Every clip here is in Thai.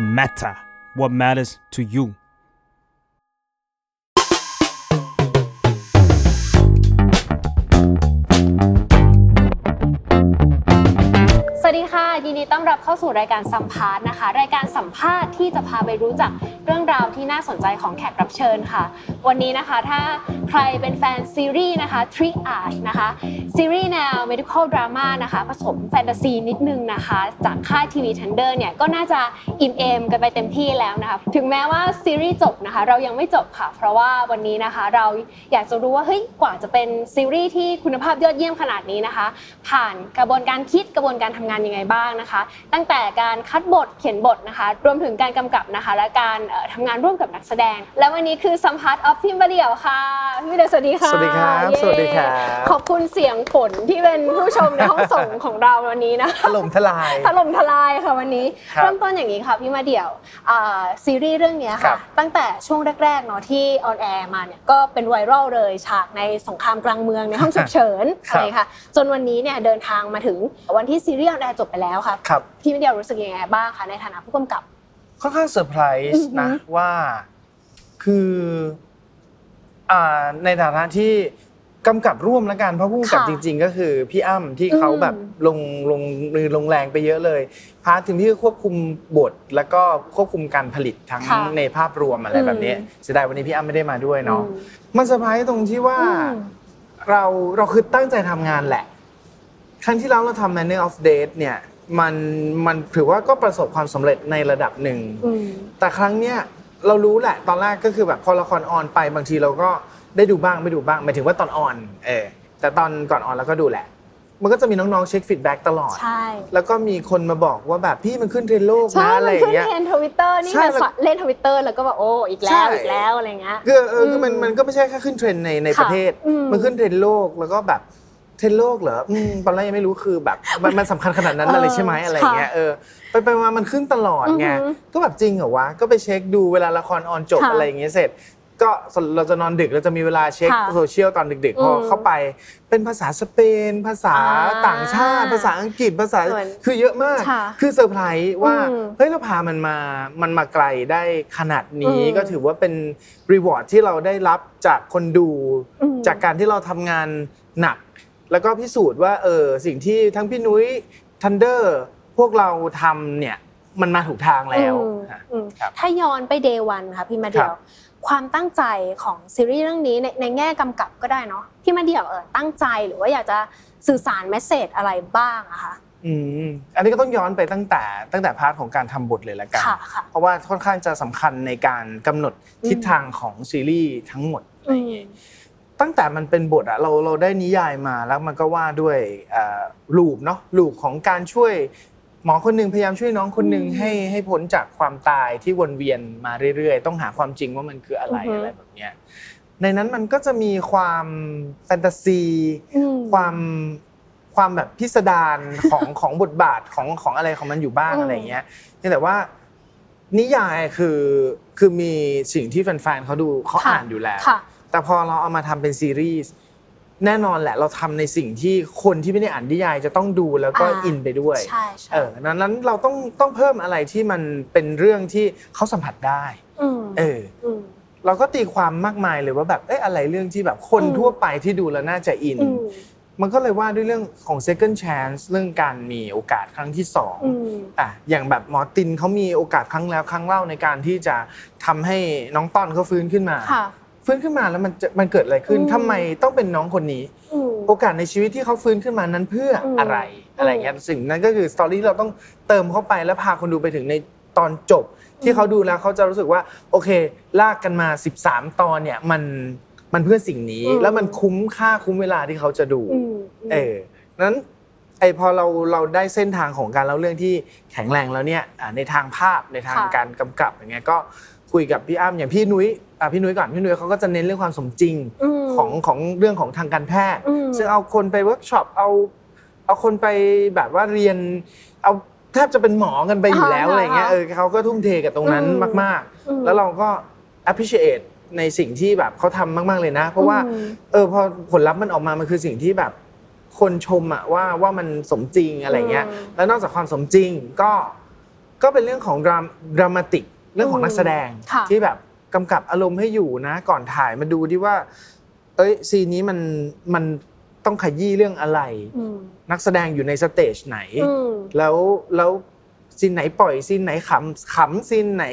matter what matters to you สวัสดีค่ะ ยินดีต้อนรับเข้าสู่รายการสัมภาษณ์นะคะ รายการสัมภาษณ์ที่จะพาไปรู้จักเรื่องราวที่น่าสนใจของแขกรับเชิญค่ะ วันนี้นะคะถ้าใครเป็นแฟนซีรีส์นะคะ t r i a g e นะคะซีรีส์แนว medical drama นะคะ ผสมแฟนตาซีนิดนึงนะคะ จากค่ายทีวีทันเดอร์เนี่ยก็น่าจะอิ่มเอมกันไปเต็มที่แล้วนะคะ ถึงแม้ว่าซีรีส์จบนะคะ เรายังไม่จบค่ะ เพราะว่าวันนี้นะคะเราอยากจะรู้ว่าเฮ้ยกว่าจะเป็นซีรีส์ที่คุณภาพยอดเยี่ยมขนาดนี้นะคะ ผ่านกระบวนการคิดกระบวนการทำงานยังไงบ้างนะคะ ตั้งแต่การคัดบทเขียนบทนะคะ รวมถึงการกำกับนะคะ และการเอ่อทำงานร่วมกับนักแสดง และวันนี้คือสัมภาษณ์ออฟฟิมบะเดี่ยวค่ะพี่บะเดี่ยวสวัสดีค่ะ สวัสดีครับ เย้ สวัสดีครับ ขอบคุณเสียงฝนที่เป็นผู้ชมในห้องส่งของเราวันนี้ นะ ถล่มทลาย ถล่มทลายค่ะวันนี้ ครับ เริ่มต้นอย่างนี้ค่ะพี่มาเดี่ยวอ่าซีรีส์เรื่องเนี้ย ครั ค่ะ บ ตั้งแต่ช่วงแรกๆเนาะที่ออนแอร์มาเนี่ยก็เป็นไวรัลเลยฉากในสงครามกลางเมืองในห้องฉุกเฉินอะครับ ไรค่ะ จนวันนี้เนี่ยเดินทางมาถึงวันที่ซีรีส์ออนแอร์จบไปแล้วค่ะ ครับ พี่มาเดี่ยวรู้สึกยังไงบ้างคะในฐานะผู้กำกับ ค่อนข้างเซอร์ไพรส์นะ อือหือ ว่าคืออ่าในฐานะที่กำกับร่วมแล้วกันเพราะผู้กำกับ ค่ะ จริง ๆ ก็คือพี่อ้ำที่เขา อืม แบบลงลงมือลงแรงไปเยอะเลย พาร์ทถึงที่ควบคุมบทแล้วก็ควบคุมการผลิตทั้ง ค่ะ ในภาพรวมอะไรแบบนี้ อืม เสียดายวันนี้พี่อ้ำไม่ได้มาด้วยเนาะ อืม มันเซอร์ไพรส์ตรงที่ว่า อืม เราเราคือตั้งใจทำงานแหละ ครั้งที่แล้วเราทำ Manner of Date เนี่ยมันมันถือว่าก็ประสบความสำเร็จในระดับหนึ่ง อืม แต่ครั้งเนี้ยเรารู้แหละตอนแรกก็คือแบบพอละครออนไปบางทีเราก็ได้ดูบ้างไม่ดูบ้างหมายถึงว่าตอนออนเออแต่ตอนก่อนออนเราก็ดูแหละ มันก็จะมีน้องๆเช็คฟีดแบ็กตลอด ใช่ แล้วก็มีคนมาบอกว่าแบบพี่มันขึ้นเทรนด์โลก ใช่ นะอะไร มั อนขึ้นย่างเงี้ย เทรนทวิตเตอร์นี่ ใช่ แบ แล้ว บเล่นทวิตเตอร์แล้วก็แบบโอ้อีกแล้ ใช่ วอีกแล้วอะไรเงี้ย คือเออคือมัน อืม มันก็ไม่ใช่แค่ขึ้นเทรนด์ในใน ค่ะ ประเทศ อืม มันขึ้นเทรนด์โลกแล้วก็แบบเทรนด์โลกเหรออืมตอนแรกยังไม่รู้คือแบบมันมันสำคัญขนาดนั้นเลยใช่ไหม เออ อะไรอย่างเงี้ยเออไปไปมามันขึ้นตลอดไง อือฮึ ก็แบบจริงเหรอวะ ก็ไปเช็คดูเวลาละครออนจบ ค่ะ อะไรอย่างเงี้ยเสร็จ ก็เราจะนอนดึกเราจะมีเวลาเช็ค ค่ะ โซเชียลตอนดึก ๆ พออ ม เข้าไปเป็นภาษาสเปน ภาษา อ่า ต่างชาติ ภาษาอังกฤษภาษา เหมือน คือเยอะมาก ค่ะ คือเซอร์ไพรส์ว่า อืม เฮ้ยเราพามันมามันมาไกลได้ขนาดนี้ อืม ก็ถือ ถือว่าเป็นรีวอร์ดที่เราได้รับจากคนดู อืม จากการที่เราทำงานหนัก แล้วก็พิสูจน์ว่าเออสิ่งที่ทั้งพี่นุ้ยทันเดอร์พวกเราทำเนี่ย มันมาถูกทางแล้ว อืม อ่ะ อืม ครับ ถ้าย้อนไปเดวันค่ะพี่มาเดียว ครับ ความตั้งใจของซีรีส์เรื่องนี้ในในแง่กำกับก็ได้เนาะพี่มาเดียวเออตั้งใจหรือว่าอยากจะสื่อสารเมสเซจอะไรบ้างอะคะ อืมอันนี้ก็ต้องย้อนไปตั้งแต่ตั้งแต่พาร์ทของการทำบทเลยละกัน ค่ะค่ะ เพราะว่าค่อนข้างจะสำคัญในการกำหนดทิศทางของซีรีส์ทั้งหมด อืม ตั้งแต่มันเป็นบทอะเราเราได้นิยายมาแล้วมันก็ว่าด้วยลูปเนาะลูปของการช่วยหมอคนหนึ่งพยายามช่วยน้องคนหนึ่ง อืม ให้ให้พ้นจากความตายที่วนเวียนมาเรื่อยๆ ต้องหาความจริงว่ามันคืออะไร อือฮึ อะไรแบบเนี้ยในนั้นมันก็จะมีความแฟนตาซี อืม ความความแบบพิสดารของ ของบทบาทของของอะไรของมันอยู่บ้าง อืม อะไรอย่างเงี้ยเพียงแต่ว่านิยายคือคือมีสิ่งที่แฟนๆเขาดูเขา ค่ะ อ่านอยู่แล้ว ค่ะ แต่พอเราเอามาทำเป็นซีรีส์แน่นอนแหละเราทำในสิ่งที่คนที่ไม่ได้อ่านนิยายจะต้องดูแล้วก็ อ่า อินไปด้วย ใช่ใช่ เออนั้นนั้นเราต้องต้องเพิ่มอะไรที่มันเป็นเรื่องที่เขาสัมผัสได้ ม เออ ม เราก็ตีความมากมายเลยว่าแบบเอ้ยอะไรเรื่องที่แบบคน อืม ทั่วไปที่ดูแล้วน่าจะอิน อืม มันก็เลยว่าด้วยเรื่องของ second chance เรื่องการมีโอกาสครั้งที่สอง อืม อ่ะอย่างแบบหมอตินเขามีโอกาสครั้งแล้วครั้งเล่าในการที่จะทำให้น้องต้อนเขาฟื้นขึ้นมา ค่ะ ฟื้นขึ้นมาแล้วมันจะมันเกิดอะไรขึ้น อืม ทำไมต้องเป็นน้องคนนี้ อืม โอกาสในชีวิตที่เขาฟื้นขึ้นมานั้นเพื่ออ ม อะไรอะไรเงี้ยสิ่งนั้นก็คือสตอรี่เราต้องเติมเข้าไปแล้วพาคนดูไปถึงในตอนจบ อื ที่ ม เขาดูแล้วเขาจะรู้สึกว่า โอเค ลากกันมา 13 ตอนเนี่ยมันมันเพื่อสิ่งนี้แล้วมันคุ้มค่าคุ้มเวลาที่เขาจะดู อืมม เออนั้นไอพอเราเราได้เส้นทางของการเล่าเรื่องที่แข็งแรงแล้วเนี่ยอ่าในทางภาพในทาง ค่ะ การกำกับอย่างเงี้ยก็คุยกับพี่อ้ำอย่างพี่นุ้ยอ่ะพี่นุ้ยก่อนพี่นุ้ยเขาก็จะเน้นเรื่องความสมจริง อืม ของของเรื่องของทางการแพทย์ อืม ซึ่งเอาคนไปเวิร์กช็อปเอาเอาคนไปแบบว่าเรียน เอาแทบจะเป็นหมอกันไปอยู่แล้ว อ่าฮะ อะไรเงี้ยเออเขาก็ทุ่มเทกับตรงนั้น อืม มาก อืม ๆ แล้วเราก็ appreciate ในสิ่งที่แบบเขาทำมาก ๆเลยนะ เพราะว่า อืม เออพอผลลัพธ์มันออกมา มันคือสิ่งที่แบบ คนชมอะว่าว่ามันสมจริงอะไรเงี้ย อืม แล้วนอกจากความสมจริงก็ ก็เป็นเรื่องของดรามดรามาติกเรื่องของนักแสดง ค่ะ ที่แบบกำกับอารมณ์ให้อยู่นะ ก่อนถ่ายมาดูดิว่า เอ้ยซีนนี้มันมันต้องขยี้เรื่องอะไร อืม นักแสดงอยู่ในสเตจไหน อืม แล้วแล้วซีนไหนปล่อยซีนไหนขำขำซีนไหน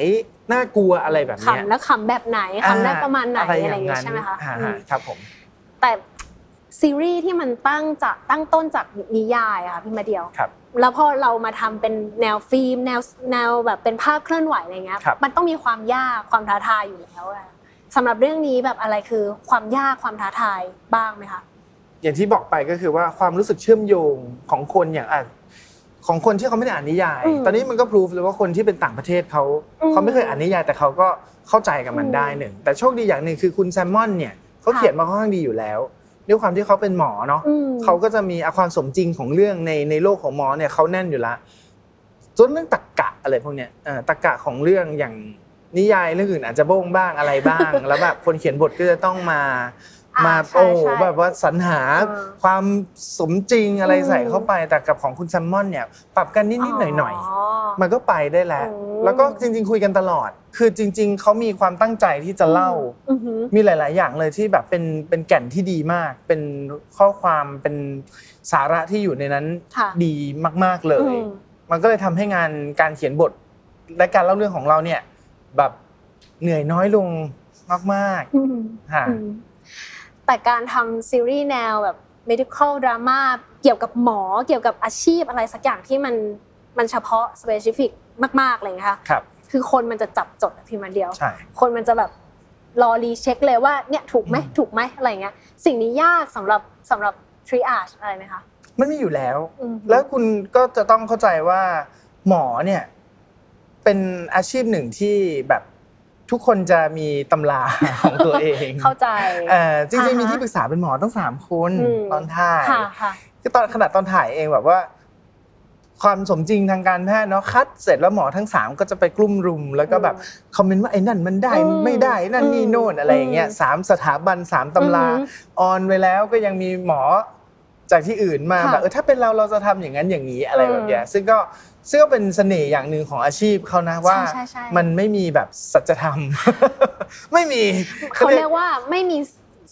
น่ากลัวอะไรแบบเนี้ย ขำแล้วขำแบบไหนขำได้ประมาณไหนอะไรอย่างเงี้ย นั้น ใช่ไหมคะ อ่า อืม ครับผม แต่ซีรีส์ที่มันตั้งจากตั้งต้นจากนิยายอะค่ะพี่มาเดียว ครับ แล้วพอเรามาทำเป็นแนวฟิล์มแนวแนวแบบเป็นภาพเคลื่อนไหวอะไรเงี้ย ครับ มันต้องมีความยากความท้าทายอยู่แล้วอะสำหรับเรื่องนี้แบบอะไรคือความยากความท้าทายบ้างไหมคะ อย่างที่บอกไปก็คือว่าความรู้สึกเชื่อมโยงของคนอย่างอ่ะของคนที่เขาไม่ได้อ่านนิยาย อืม ตอนนี้มันก็พิสูจเลยว่าคนที่เป็นต่างประเทศเขา อืม เขาไม่เคยอ่านนิยายแต่เขาก็เข้าใจกับมัน อืม ได้หนึ่งแต่โชคดีอย่างหนึ่งคือคุณแซมมอนเนี่ยเขา ค่ะ เขียนมาค่อนข้างดีอยู่แล้วด้วยความที่เขาเป็นหมอเนาะ อืม เขาก็จะมีอ่ะความสมจริงของเรื่องในในโลกของหมอเนี่ยเขาแน่นอยู่ละส่วนเรื่องตรกกะอะไรพวกเนี้ยเอ่อตรกกะของเรื่องอย่างนิยายเรื่องอื่นอาจจะโบ้งบ้างอะไรบ้าง แล้วแบบคนเขียนบทก็จะต้องมา อ่าม มา ใช่ โอ้ ใช่ แบบว่าสรรหา อ่า ความสมจริงอะไร อืม ใส่เข้าไปแต่กับของคุณแซมมอนเนี่ยปรับกันนิดๆหน่อยๆ มันก็ไปได้แล้ว อืม แล้วก็จริง ๆ คุยกันตลอด คือจริง ๆเขามีความตั้งใจที่จะเล่า อือหือ มีหลาย ๆ อย่างเลยที่แบบเป็นเป็นแก่นที่ดีมาก เป็นข้อความเป็นสาระที่อยู่ในนั้น ค่ะ ดีมาก ๆ เลย อืม มันก็เลยทำให้งานการเขียนบท และการเล่าเรื่องของเราเนี่ย แบบเหนื่อยน้อยลงมาก ๆ ค่ะ อืมแต่การทำซีรีส์แนวแบบ medical drama เกี่ยวกับหมอเกี่ยวกับอาชีพอะไรสักอย่างที่มันมันเฉพาะ specific มากๆเลยนะคะ ครับ คือคนมันจะจับจดอะพิมพ์อันเดียว ใช่ คนมันจะแบบรอรีเช็คเลยว่าเนี่ยถูกไหม อืม ถูกไหมอะไรเงี้ยสิ่งนี้ยากสำหรับสำหรับ triage อะไรไหมคะ มันมีอยู่แล้ว อืม แล้วคุณก็จะต้องเข้าใจว่าหมอเนี่ยเป็นอาชีพหนึ่งที่แบบทุกคนจะมีตำราของตัวเอง เข้าใจ เอ่อจริงอ่าๆฮะ มีที่ปรึกษาเป็นหมอตั้งสามคน อืม ตอนถ่าย ค่ะค่ะ คือตอนขนาดตอนถ่ายเองแบบว่า ความสมจริงทางการแพทย์เนาะคัดเสร็จแล้วหมอทั้งสามก็จะไปกลุ่มรุม แล้วก็แบบคอมเมนต์ว่าไอ้นั่นมันได้ อืม ไม่ได้นั่นนี่โน่นอะไรอย่างเงี้ย อืม สามสถาบันสามตำรา อือหื ออนไปแล้วก็ยังมีหมอจากที่อื่นมา ค่ะ แบบเออถ้าเป็นเราเราจะทำอย่างนั้นอย่างนี้อะไรแบบเนี้ยซึ่งก็ซึ่งก็เป็นเสน่ห์อย่างหนึ่งของอาชีพเขานะว่า ใช่ใช่ใช่ มันไม่มีแบบสัจธรรม ไม่มี เขาเรียกว่าไม่มี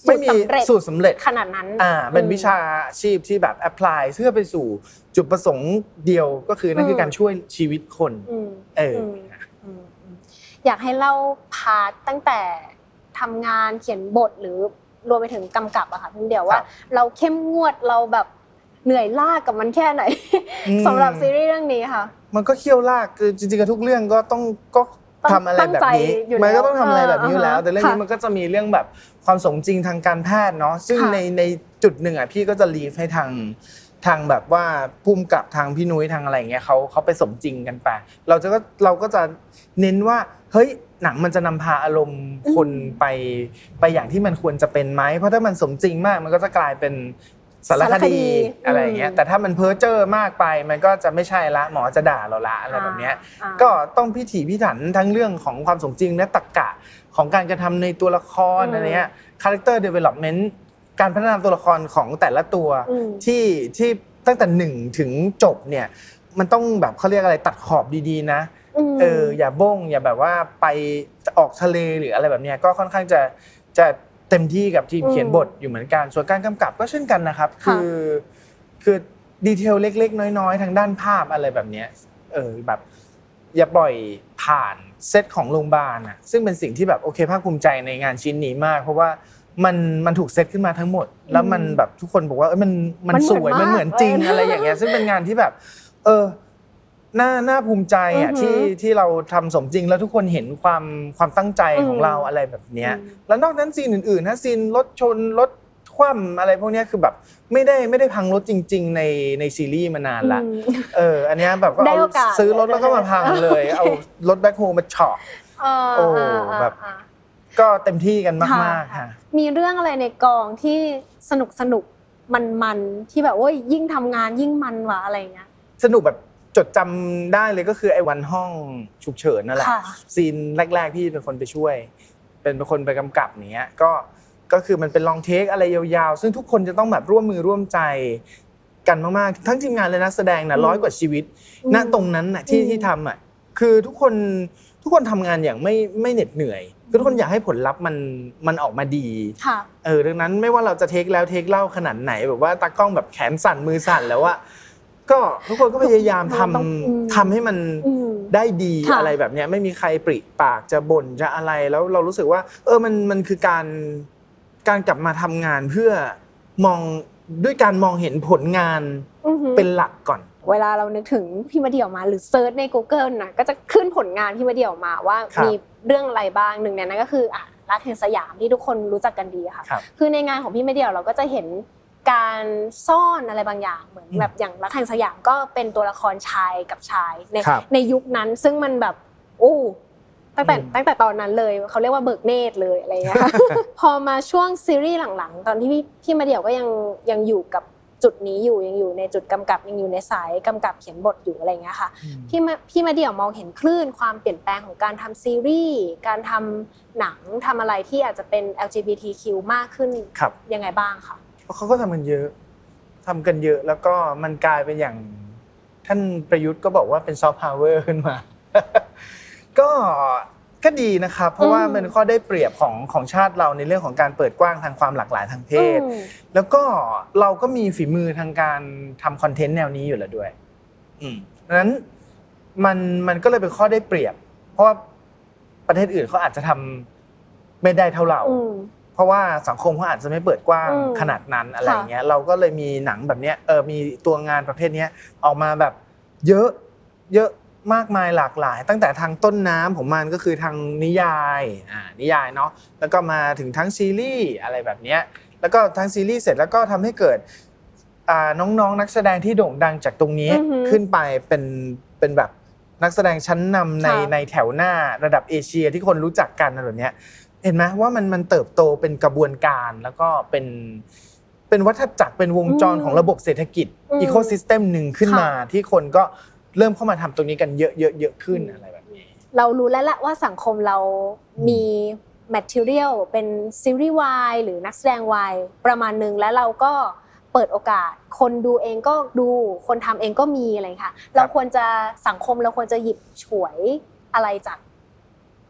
สู ไม่ ตรสำมีเร็จ สูตรสำเร็จ ขนาดนั้น อ่าเป็นวิชาชีพที่แบบแอพพลายเพื่อไปสู่จุดประสงค์เดียวก็คือนั่นคือ ม การช่วยชีวิตคน อืม เออ มอืมอืมอยากให้เล่าพาร์ทตั้งแต่ทำงานเขียนบทหรือรวมไปถึงกำกับอะค่ะพี่เดียวว่า ครับ เราเข้มงวดเราแบบเหนื่อยลากกับมันแค่ไหน อืม สำหรับซีรีส์เรื่องนี้ค่ะ มันก็เคี่ยวลากคือจริงๆกับทุกเรื่องก็ต้องก็ ต้อง ทำอะไรแบบนี้ ตั้งใจอยู่แล้ว มันก็ต้องทำอะไรแบบนี้อยู่แล้ว อ่าฮะ แต่เรื่องนี้ ค่ะ มันก็จะมีเรื่องแบบความสมจริงทางการแพทย์เนาะซึ่ง ค่ะ ในในจุดหนึ่งอ่ะพี่ก็จะรีฟให้ทางทางแบบว่าพุ่มกับทางพี่นุ้ยทางอะไรอย่างเงี้ยเขาเขาไปสมจริงกันไปเราจะก็เราก็จะเน้นว่าเฮ้ยหนังมันจะนำพาอารมณ์คน อืม ไปไปอย่างที่มันควรจะเป็นไหมเพราะถ้ามันสมจริงมากมันก็จะกลายเป็น สาร สาร ค คดี ดีอะไรอย่างเงี้ย อืม แต่ถ้ามันเพ้อเจ้อมากไปมันก็จะไม่ใช่ละหมอจะด่าเราละอะไรแบบเนี้ย อ่า ก็ต้องพิถีพิถันทั้งเรื่องของความสมจริงและตรรกะของการกระทำในตัวละคร อืม อะไรเนี้ยคาแรคเตอร์เดเวล็อปเมนต์การพัฒนาตัวละครของแต่ละตัว อืม ที่ที่ตั้งแต่หนึ่งถึงจบเนี่ยมันต้องแบบเขาเรียกอะไรตัดขอบดีๆนะ ม เอออย่าบ้งอย่าแบบว่าไปออกทะเลหรืออะไรแบบเนี้ยก็ค่อนข้างจะจะเต็มที่กับทีม อืม เขียนบทอยู่เหมือนกัน ส่วนการกำกับก็เช่นกันนะครับ ค่ะ คือคือดีเทลเล็ก ๆ น้อยๆ ทางด้านภาพอะไรแบบเนี้ยเออแบบ อย่าปล่อยผ่านเซตของโรงพยาบาลอ่ะซึ่งเป็นสิ่งที่แบบโอเคภาคภูมิใจในงานชิ้นนี้มาก เพราะว่ามันมันถูกเซตขึ้นมาทั้งหมด แล้วมันแบบทุกคนบอกว่าเอ้ยมันมัน มันเหมือนสวยมัน มาก เหมือนจริง เลย อะไรอย่างเงี้ยซึ่งเป็นงานที่แบบ เออ น่าน่าภูมิใจอ่ะ อือหื ที่ อ ที่เราทำสมจริงแล้วทุกคนเห็นความความตั้งใจของ อืม เราอะไรแบบเนี้ย อืม แล้วนอกนั้นซีนอื่นๆถ้าซีนรถชนรถคว่ำอะไรพวกเนี้ยคือแบบไม่ได้ไม่ได้พังรถจริง ๆ ในในซีรีส์มานานละ อืม เออ อันเนี้ยแบบก็ ได้ เอา โอกาส ซื้อรถแล้วก็มาพังเลย โอเค เอารถแบ็คโฮมาเฉาะ เออ โอ้ อ่าอ่า แบบ อ่า ก็เต็มที่กันม ค่ะ ากๆค่ะ มีเรื่องอะไรในกองที่สนุกสนุกมันมันๆที่แบบโอ้ยยิ่งทำงานยิ่งมันว่ะอะไรเงี้ย สนุกแบบจดจำได้เลยก็คือไอ้วันห้องฉุกเฉินนั่นแหละ ค่ะ ซีนแรก ๆ ที่เป็นคนไปช่วย เป็นเป็นคนไปกำกับอย่างเนี้ยก็ก็คือมันเป็นลองเทคอะไรยาวๆ ซึ่งทุกคนจะต้องแบบร่วมมือร่วมใจกันมากๆ ทั้งทีมงานและนักแสดงนะ อืม ร้อยกว่าชีวิต อืม ณตรงนั้นน่ะที่ อืม ที่ทำอ่ะ คือทุกคนทุกคนทำงานอย่างไม่ไม่เหน็ดเหนื่อยคือทุกคนอยากให้ผลลัพธ์มันมันออกมาดี ค่ะ เออดังนั้นไม่ว่าเราจะเทคแล้วเทคเล่าขนาดไหนแบบว่าตากล้องแบบแขนสั่นมือสั่นแล้วว่าก็ทุกคนก็พยายามทำ ต้องอืม ทำให้มัน อืม ได้ดี ค่ะ อะไรแบบเนี้ยไม่มีใครปริปากจะบ่นจะอะไรแล้วเรารู้สึกว่า เออมันมันคือการการกลับมาทำงานเพื่อมองด้วยการมองเห็นผลงาน อือหือ เป็นหลักก่อน เวลาเรานึกถึงพี่มาเดี่ยวมาหรือเซิร์ชใน Google นะก็จะขึ้นผลงานพี่มาเดี่ยวมาว่า ครับ มีเรื่องอะไรบ้างหนึ่งในนั้นก็คืออ่ะรักแห่งสยามที่ทุกคนรู้จักกันดีอะค่ะ ครับ คือในงานของพี่มาเดี่ยวเราก็จะเห็นการซ่อนอะไรบางอย่างเหมือน อืม แบบอย่างรักแห่งสยามก็เป็นตัวละครชายกับชายใน ครับ ในยุคนั้นซึ่งมันแบบโอ้ตั้งแต่ อืม ตั้งแต่ตอนนั้นเลยเขาเรียกว่าเบิกเนตรเลยอะไรอย่างเงี้ยค่ะ พอมาช่วงซีรีส์หลังๆ ตอนที่พี่พี่มาเดี่ยวก็ยังยังอยู่กับจุดนี้อยู่ยังอยู่ในจุดกำกับยังอยู่ในสายกำกับเขียนบทอยู่อะไรอย่างเงี้ยค่ะพี่มาพี่มาเดี่ยวมองเห็นคลื่นความเปลี่ยนแปลงของการทำซีรีส์การทำหนังทำอะไรที่อาจจะเป็น LGBTQ มากขึ้น ครับ ยังไงบ้างคะ เพราะเขาก็ทำกันเยอะทำกันเยอะแล้วก็มันกลายเป็นอย่างท่านประยุทธ์ก็บอกว่าเป็นซอฟต์พาวเวอร์ขึ้นมา ก็ก็ดีนะครับเพราะว่ามันข้อได้เปรียบของของชาติเราในเรื่องของการเปิดกว้างทางความหลากหลายทางเพศ อืม แล้วก็เราก็มีฝีมือทางการทำคอนเทนต์แนวนี้อยู่แล้วด้วย อืมดังนั้นมันมันก็เลยเป็นข้อได้เปรียบ เพราะว่าประเทศอื่นเขาอาจจะทำไม่ได้เท่าเรา อืม เพราะว่าสังคมเขาอาจจะไม่เปิดกว้าง อืม ขนาดนั้นอะไรอย่างเงี้ยเราก็เลยมีหนังแบบเนี้ยเออมีตัวงานประเภทเนี้ยออกมาแบบเยอะเยอะมากมายหลากหลาย ตั้งแต่ทางต้นน้ำของมันก็คือทางนิยายอ่านิยายเนาะแล้วก็มาถึงทั้งซีรีส์อะไรแบบเนี้ยแล้วก็ทั้งซีรีส์เสร็จแล้วก็ทำให้เกิดอ่าน้องๆนนักแสดงที่โด่งดังจากตรงนี้ อือหือ ขึ้นไปเป็นเป็นแบบนักแสดงชั้นนำใน ค่ะ ในแถวหน้าระดับเอเชียที่คนรู้จักกันอะไรแบบเนี้ย เห็นไหมว่ามันมันเติบโตเป็นกระบวนการแล้วก็เป็นเป็นวัฏจักรเป็นวงจร อืม ของระบบเศรษฐกิจ อืม อีโคซิสเต็มหนึ่งขึ้นมา ที่คนก็เริ่มเข้ามาทำตรงนี้กันเยอะเยอะเยอะขึ้น อืม อะไรแบบนี้ เรารู้แล้วแหละว่าสังคมเรามี material เป็นซีรีส์วายหรือนักแสดงวายประมาณหนึ่งแล้วเราก็เปิดโอกาส คนดูเองก็ดูคนทำเองก็มีอะไรค่ะ เราควรจะสังคมเราควรจะหยิบฉวยอะไรจาก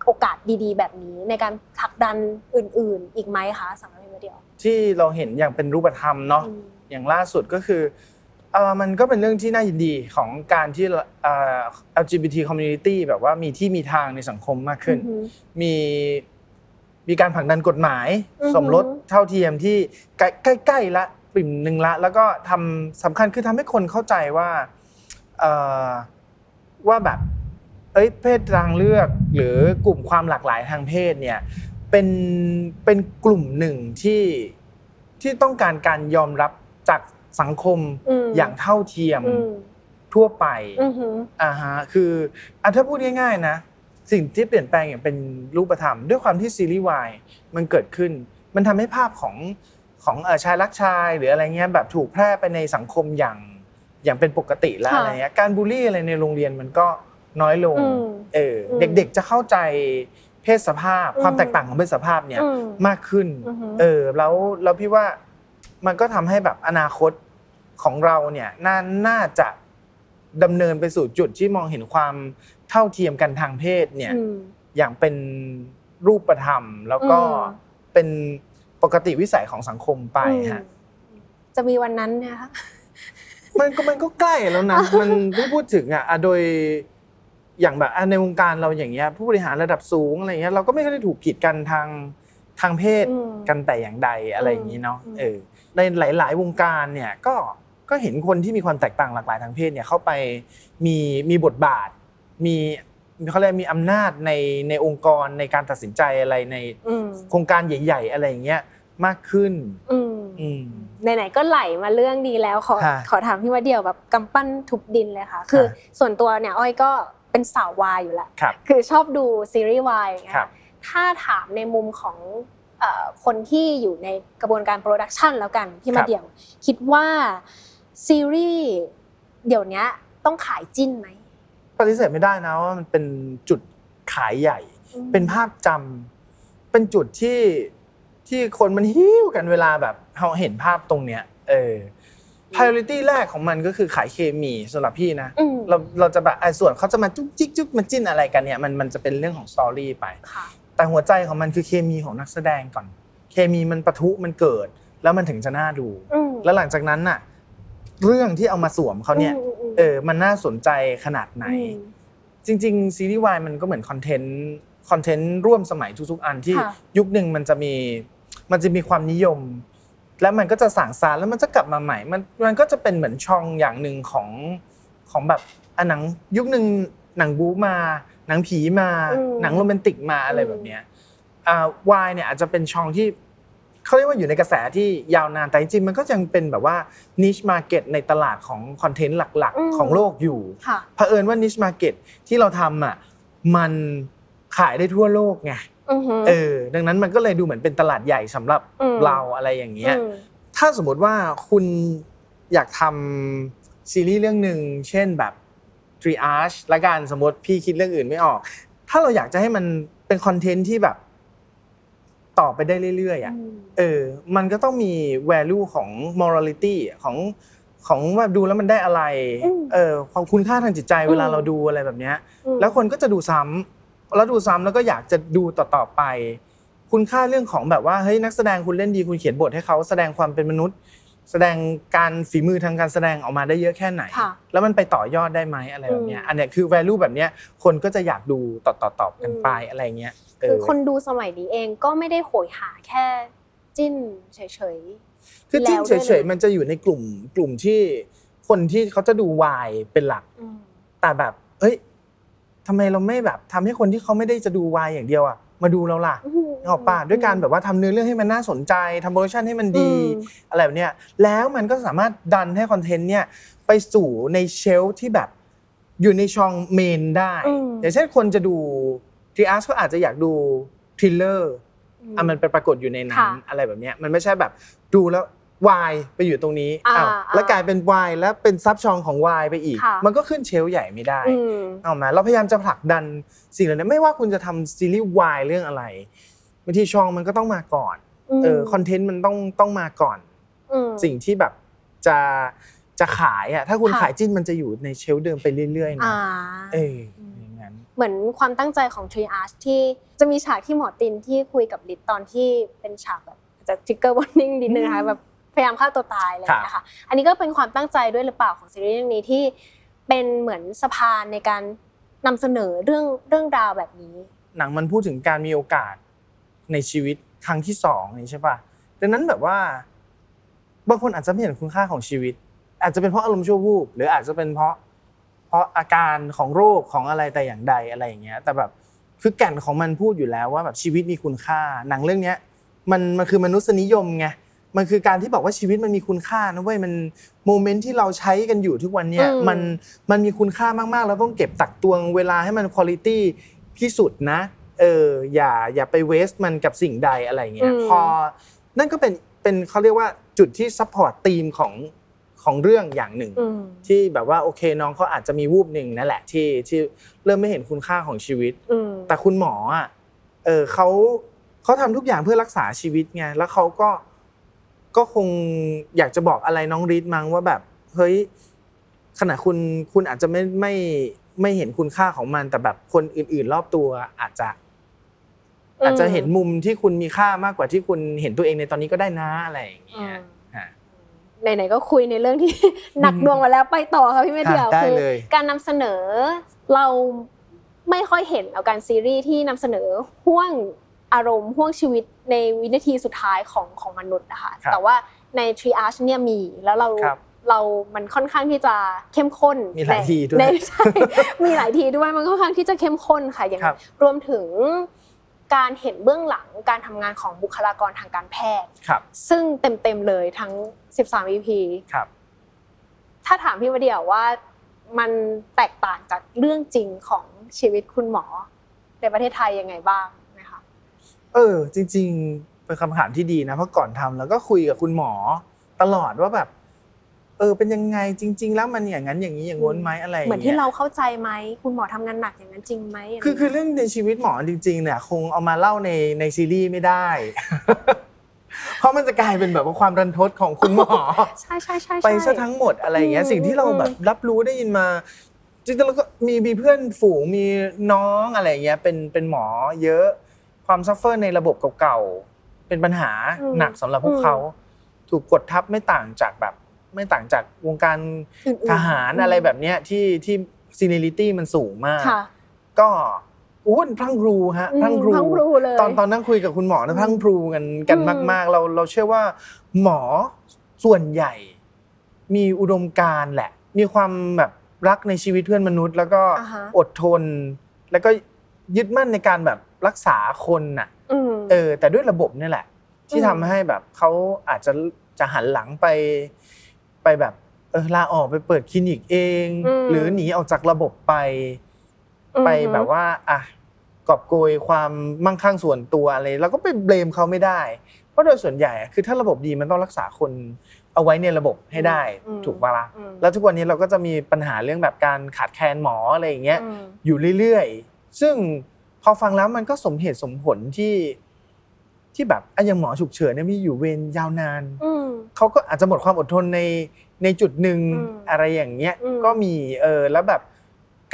โอกาสดีๆ แบบนี้ในการผลักดันอื่น ๆ อีกไหมคะสำหรับพี่มาเดียว ที่เราเห็นอย่างเป็นรูปธรรมเนาะ อืม อย่างล่าสุดก็คือเอ่อมันก็เป็นเรื่องที่น่ายินดีของการที่เอ่อ LGBT community แบบว่ามีที่มีทางในสังคมมากขึ้น มีมีการผลักดันกฎหมาย อือหือ สมรสเท่าเทียมที่ใกล้ใกล้ๆละปริ่มหนึ่งละ แล้วก็ทำสำคัญคือทำให้คนเข้าใจว่าเอ่อว่าแบบ เอ้ยเพศทางเลือกหรือกลุ่มความหลากหลายทางเพศเนี่ยเป็นเป็นกลุ่มหนึ่งที่ที่ต้องการการยอมรับจากสังคม อืม อย่างเท่าเทียม อืม ทั่วไป อือหือ อ่าฮะคืออ่ะถ้าพูดง่ายๆนะ สิ่งที่เปลี่ยนแปลงอย่างเป็นรูปธรรม ด้วยความที่ซีรีส์วายมันเกิดขึ้น มันทำให้ภาพของของเอ่อชายรักชาย หรืออะไรเงี้ยแบบถูกแพร่ไปในสังคมอย่างอย่างเป็นปกติแล้ว ค่ะ อะไรเงี้ยการบูลลี่อะไรในโรงเรียนมันก็น้อยลง อืม เอออ ม เด็กๆจะเข้าใจเพศสภาพ อืม ความแตกต่างของเพศสภาพเนี่ย อืม มากขึ้น อือหือ เออแล้วแล้วพี่ว่ามันก็ทำให้แบบอนาคตของเราเนี่ยน่าน่าจะดำเนินไปสู่จุดที่มองเห็นความเท่าเทียมกันทางเพศเนี่ยอย่างเป็นรูปธรรม แล้วก็ อืม เป็นปกติวิสัยของสังคมไปฮะ อืมจะมีวันนั้นนะคะ มันก็มันก็ใกล้แล้ว นะ มันถ้าพูดถึงอ่ะอ่ะโดยอย่างแบบอ่ะในวงการเราอย่างเงี้ยผู้บริหารระดับสูงอะไรเงี้ยเราก็ไม่ค่อยได้ถูกกีดกันทางทางเพศ อืม กันแต่อย่างใดอะไรอย่างนี้เนาะ อืม เออในหลาย ๆ วงการเนี่ยก็ก็เห็นคนที่มีความแตกต่างหลากหลายทางเพศเนี่ยเข้าไปมีมีบทบาท มีเขาเรียกมีอำนาจในในองค์กรในการตัดสินใจอะไรใน อืม โครงการใหญ่ ๆ อะไรอย่างเงี้ยมากขึ้น อืม อืม ไหนๆก็ไหลมาเรื่องดีแล้วขอ ฮะ ขอถามพี่ว่าเดียวแบบกำปั้นทุบดินเลยค่ะ คือ ฮะ ส่วนตัวเนี่ยอ้อยก็เป็นสาววายอยู่แล้ว ครับ คือชอบดูซีรีส์วายอย่างเงี้ย ครับ ถ้าถามในมุมของเอ่อคนที่อยู่ในกระบวนการโปรดักชันแล้วกันพี่มาเดียว คิดว่าซีรีส์เดี๋ยวเนี้ยต้องขายจิ้นไหม ปฏิเสธไม่ได้นะว่ามันเป็นจุดขายใหญ่ อืม เป็นภาพจำเป็นจุดที่ที่คนมันหิ้วกันเวลาแบบเราเห็นภาพตรงเนี้ย เออ priority แรกของมันก็คือขายเคมีสำหรับพี่นะ อืม เราเราจะแบบไอ้ส่วนเขาจะมาจุ๊กจิ๊กจุ๊กมาจิ้นอะไรกันเนี่ยมันมันจะเป็นเรื่องของสตอรี่ไป ค่ะ แต่หัวใจของมันคือเคมีของนักแสดงก่อน เคมีมันปะทุมันเกิด แล้วมันถึงจะน่าดู อืม แล้วหลังจากนั้นน่ะ เรื่องที่เอามาสวมเขาเนี่ย อืมม เออมันน่าสนใจขนาดไหน อืม จริงๆซีรีส์วายมันก็เหมือนคอนเทนต์คอนเทนต์ร่วมสมัยทุกๆ อันที่ ค่ะ ยุคหนึ่งมันจะมีมันจะมีความนิยม แล้วมันก็จะสั่งซารแล้วมันจะกลับมาใหม่ มันมันก็จะเป็นเหมือนช่องอย่างหนึ่งของของแบบอันหนังยุคหนึ่งหนังบู๊มาหนังผีมา อืม หนังโรแมนติกมาอะไรแบบเนี้ยอ่าวายเนี่ยอาจจะเป็นช่องที่เขาเรียกว่าอยู่ในกระแสที่ยาวนานแต่จริงๆมันก็ยังเป็นแบบว่านิชมาร์เก็ตในตลาดของคอนเทนต์หลัก อืม ๆ ของโลกอยู่ ค่ะ เผอิญว่านิชมาร์เก็ตที่เราทำอ่ะมันขายได้ทั่วโลกไง อือหือ เออดังนั้นมันก็เลยดูเหมือนเป็นตลาดใหญ่สำหรับ อืม เราอะไรอย่างเงี้ย อืม ถ้าสมมติว่าคุณอยากทำซีรีส์เรื่องหนึ่งเช่นแบบ triage ละกันสมมติพี่คิดเรื่องอื่นไม่ออก ถ้าเราอยากจะให้มันเป็นคอนเทนต์ที่แบบต่อไปได้เรื่อยๆอ่ะ อืม เออ มันก็ต้องมี value ของ morality อะของของว่าดูแล้วมันได้อะไร อืม เออความคุณค่าทางจิตใจเวลา อืม เราดูอะไรแบบเนี้ย อืม แล้วคนก็จะดูซ้ำแล้วดูซ้ำแล้วก็อยากจะดูต่อๆไป คุณค่าเรื่องของแบบว่าเฮ้ยนักแสดงคุณเล่นดีคุณเขียนบทให้เขาแสดงความเป็นมนุษย์ แสดงการฝีมือทางการแสดงออกมาได้เยอะแค่ไหน ค่ะ แล้วมันไปต่อยอดได้ไหมอะไรแบบเนี้ย อืม อันเนี้ยคือ value แบบเนี้ยคนก็จะอยากดูต่อๆๆกันไปอะไรเงี้ยเอ คือ อ คนดูสมัยนี้เองก็ไม่ได้โหยหาแค่จิ้นเฉย คือจิ้น แล้วด้วย เฉย นะ ๆ มันจะอยู่ในกลุ่มกลุ่มที่คนที่เขาจะดูวายเป็นหลัก ๆอืม แต่แบบ เอ้ยทำไมเราไม่แบบทำให้คนที่เขาไม่ได้จะดูวายอย่างเดียวอ่ะมาดูเราล่ะนึกออกป่ะด้วยการแบบว่าทำเนื้อเรื่องให้มันน่าสนใจทำโปรดักชันให้มันดี อะไรแบบเนี้ยแล้วมันก็สามารถดันให้คอนเทนต์เนี่ยไปสู่ในเชลฟ์ที่แบบอยู่ในช่องเมนได้ อืม อย่างเช่นคนจะดูทรีอาร์ก็อาจจะอยากดูทริลเลอร์ อืม อ่ะมันไปปรากฏอยู่ในนั้น ค่ะ อะไรแบบเนี้ยมันไม่ใช่แบบดูแล้ววายไปอยู่ตรงนี้ อ่า อ้าว อ่า แล้วกลายเป็นวายแล้วเป็นซับชองของวายไปอีก ค่ะ มันก็ขึ้นเชลฟ์ใหญ่ไม่ได้ อืม เอามาเราพยายามจะผลักดันสิ่งเหล่านี้ไม่ว่าคุณจะทำซีรีส์วายเรื่องอะไรบางทีช่องมันก็ต้องมาก่อนเออคอนเทนต์มันต้องต้องมาก่อน สิ่งที่แบบจะจะขายอ่ะถ้าคุณ ค่ะ ขายจิ้นมันจะอยู่ในเชลฟ์เดิมไปเรื่อยๆนะ อ่า เอออย่างนั้น เหมือนความตั้งใจของ t r i a r c h ที่จะมีฉากที่หมอตินที่คุยกับลิศตอนที่เป็นฉากแบบอาจจะ trigger warning นิดนึงนะคะแบบพยายามฆ่าตัวตายอะไรอย่างเงี้ยค่ะอันนี้ก็เป็นความตั้งใจด้วยหรือเปล่าของซีรีส์เรื่องนี้ที่เป็นเหมือนสะพานในการนำเสนอเรื่องเรื่องราวแบบนี้ หนังมันพูดถึงการมีโอกาสในชีวิตครั้งที่สองนี่ใช่ป่ะ ดังนั้นแบบว่า บางคนอาจจะไม่เห็นคุณค่าของชีวิต อาจจะเป็นเพราะอารมณ์ชั่ววูบหรืออาจจะเป็นเพราะ เพราะอาการของโรคของอะไรแต่อย่างใดอะไรอย่างเงี้ย แต่แบบคือแก่นของมันพูดอยู่แล้วว่าแบบชีวิตมีคุณค่า หนังเรื่องเนี้ย มันมันคือมนุษยนิยมไงมันคือการที่บอกว่าชีวิตมันมีคุณค่านะเว้ยมันโมเมนต์ที่เราใช้กันอยู่ทุกวันเนี่ย อืม มันมันมีคุณค่ามากๆ เราต้องเก็บตักตวงเวลาให้มันคุณ i t y ที่สุดนะเอออย่าอย่าไปเวสต์มันกับสิ่งใดอะไรเงี้ย อืม พอนั่นก็เป็นเป็นเขาเรียกว่าจุดที่ซัพพอร์ตธีมของของเรื่องอย่างหนึ่ง อืม ที่แบบว่าโอเคน้องเขาอาจจะมีวูบหนึ่งนั่นแหละที่ที่เริ่มไม่เห็นคุณค่าของชีวิต อืม แต่คุณหมออ่ะเออเขาเขาทำทุกอย่างเพื่อรักษาชีวิตไงแล้วเขาก็ก็คงอยากจะบอกอะไรน้องรีดมั้งว่าแบบเฮ้ยขณะคุณคุณอาจจะไม่ไม่ไม่เห็นคุณค่าของมัน แต่แบบคนอื่น ๆ รอบตัวอาจจะ อืม อาจจะเห็นมุมที่คุณมีค่ามากกว่าที่คุณเห็นตัวเองในตอนนี้ก็ได้นะอะไรอย่าง อื เงี้ย ม ฮะ ไหนๆก็คุยในเรื่องที่ หนักดวงมาแล้วไปต่อค่ะพี่เมเดียว อ่ะได้ คื เลย การนำเสนอเราไม่ค่อยเห็นเอาการซีรีส์ที่นำเสนอห่วงอารมณ์ห่วงชีวิตในวินาทีสุดท้ายของของมนุษย์นะคะ ครับ แต่ว่าใน triage เนี่ยมีแล้วเรา ครับ เรามันค่อนข้างที่จะเข้มข้น มีหลายทีด้วย ในใช่ มีหลายทีด้วยมันค่อนข้างที่จะเข้มข้นค่ะอย่าง ครับ รวมถึงการเห็นเบื้องหลังการทำงานของบุคลากรทางการแพทย์ ครับ ซึ่งเต็มๆเลยทั้ง 13 EP ครับ ถ้าถามพี่มาเดียวว่ามันแตกต่างจากเรื่องจริงของชีวิตคุณหมอ ในประเทศไทยยังไงบ้างนะคะ เออจริงๆเป็นคำถามที่ดีนะเพราะก่อนทำแล้วก็คุยกับคุณหมอตลอดว่าแบบ เออเป็นยังไงจริง ๆ แล้วมันอย่างนั้นอย่างนี้อย่างงน้นไหมอะไรย่ง เหมืองี้น ย ที่เราเข้าใจไหมคุณหมอทำงานหนักอย่างนั้นจริงไหมะไร คือคือเรื่องในชีวิตหมอจริง ๆ เนี่ย คงเอามาเล่าในในซีรีส์ไม่ได้ เพราะมันจะกลายเป็นแบบว่าความรันทดของคุณหมอ ใช่ใช่ใช่ ไป ใช่ ซะทั้งหมดอะไรอย่างเงี้ย อืม สิ่งที่เรา อืม แบบรับรู้ได้ยินมาจริงๆแล้วก็มีมีเพื่อนฝูงมีน้องอะไรอย่างเงี้ยเป็นเป็นหมอเยอะความซัฟเฟอร์ในระบบเก่าๆเป็นปัญหาหนักสำหรับพวกเขา ถูกกดทับไม่ต่างจากแบบไม่ต่างจากวงการ อื่นๆ ทหารอะไรแบบเนี้ยที่ที่ซีเนลิตี้มันสูงมาก ค่ะ ก็อู้นพรั่งพรูฮะ อืม พรั่งพรู พรังพรูเลย ตอนตอนนั่งคุยกับคุณหมอ อื นะ ม พรั่งพรูกันกัน อืม มาก ๆ เราเราเชื่อว่าหมอส่วนใหญ่ มีอุดมการณ์แหละ มีความแบบรักในชีวิตเพื่อนมนุษย์ แล้วก็ อ่าฮะ อดทน แล้วก็ยึดมั่นในการแบบรักษาคนน่ะ อืม เออ แต่ด้วยระบบเนี่ยแหละ ที่ อืม ทำให้แบบเขาอาจจะจะหันหลังไป ไปแบบเออลาออกไปเปิดคลินิกเอง หรือหนีออกจากระบบไป ไปแบบว่าอ่ะกอบโกยความมั่งคั่งส่วนตัวอะไรเราก็ไปเบลมเขาไม่ได้ เพราะโดยส่วนใหญ่อะคือถ้าระบบดีมันต้องรักษาคนเอาไว้ในระบบให้ได้ อืม ถูกปะล่ะ อืม แล้วทุกวันนี้เราก็จะมีปัญหาเรื่องแบบการขาดแคลนหมออะไรอย่างเงี้ย อืม อยู่เรื่อยๆ ซึ่งพอฟังแล้วมันก็สมเหตุสมผลที่ที่แบบอะอย่างหมอฉุกเฉินเนี่ยมีอยู่เวรยาวนาน อืม เขาก็อาจจะหมดความอดทนในในจุดหนึ่ง อืม อะไรอย่างเงี้ย อืม ก็มีเออแล้วแบบ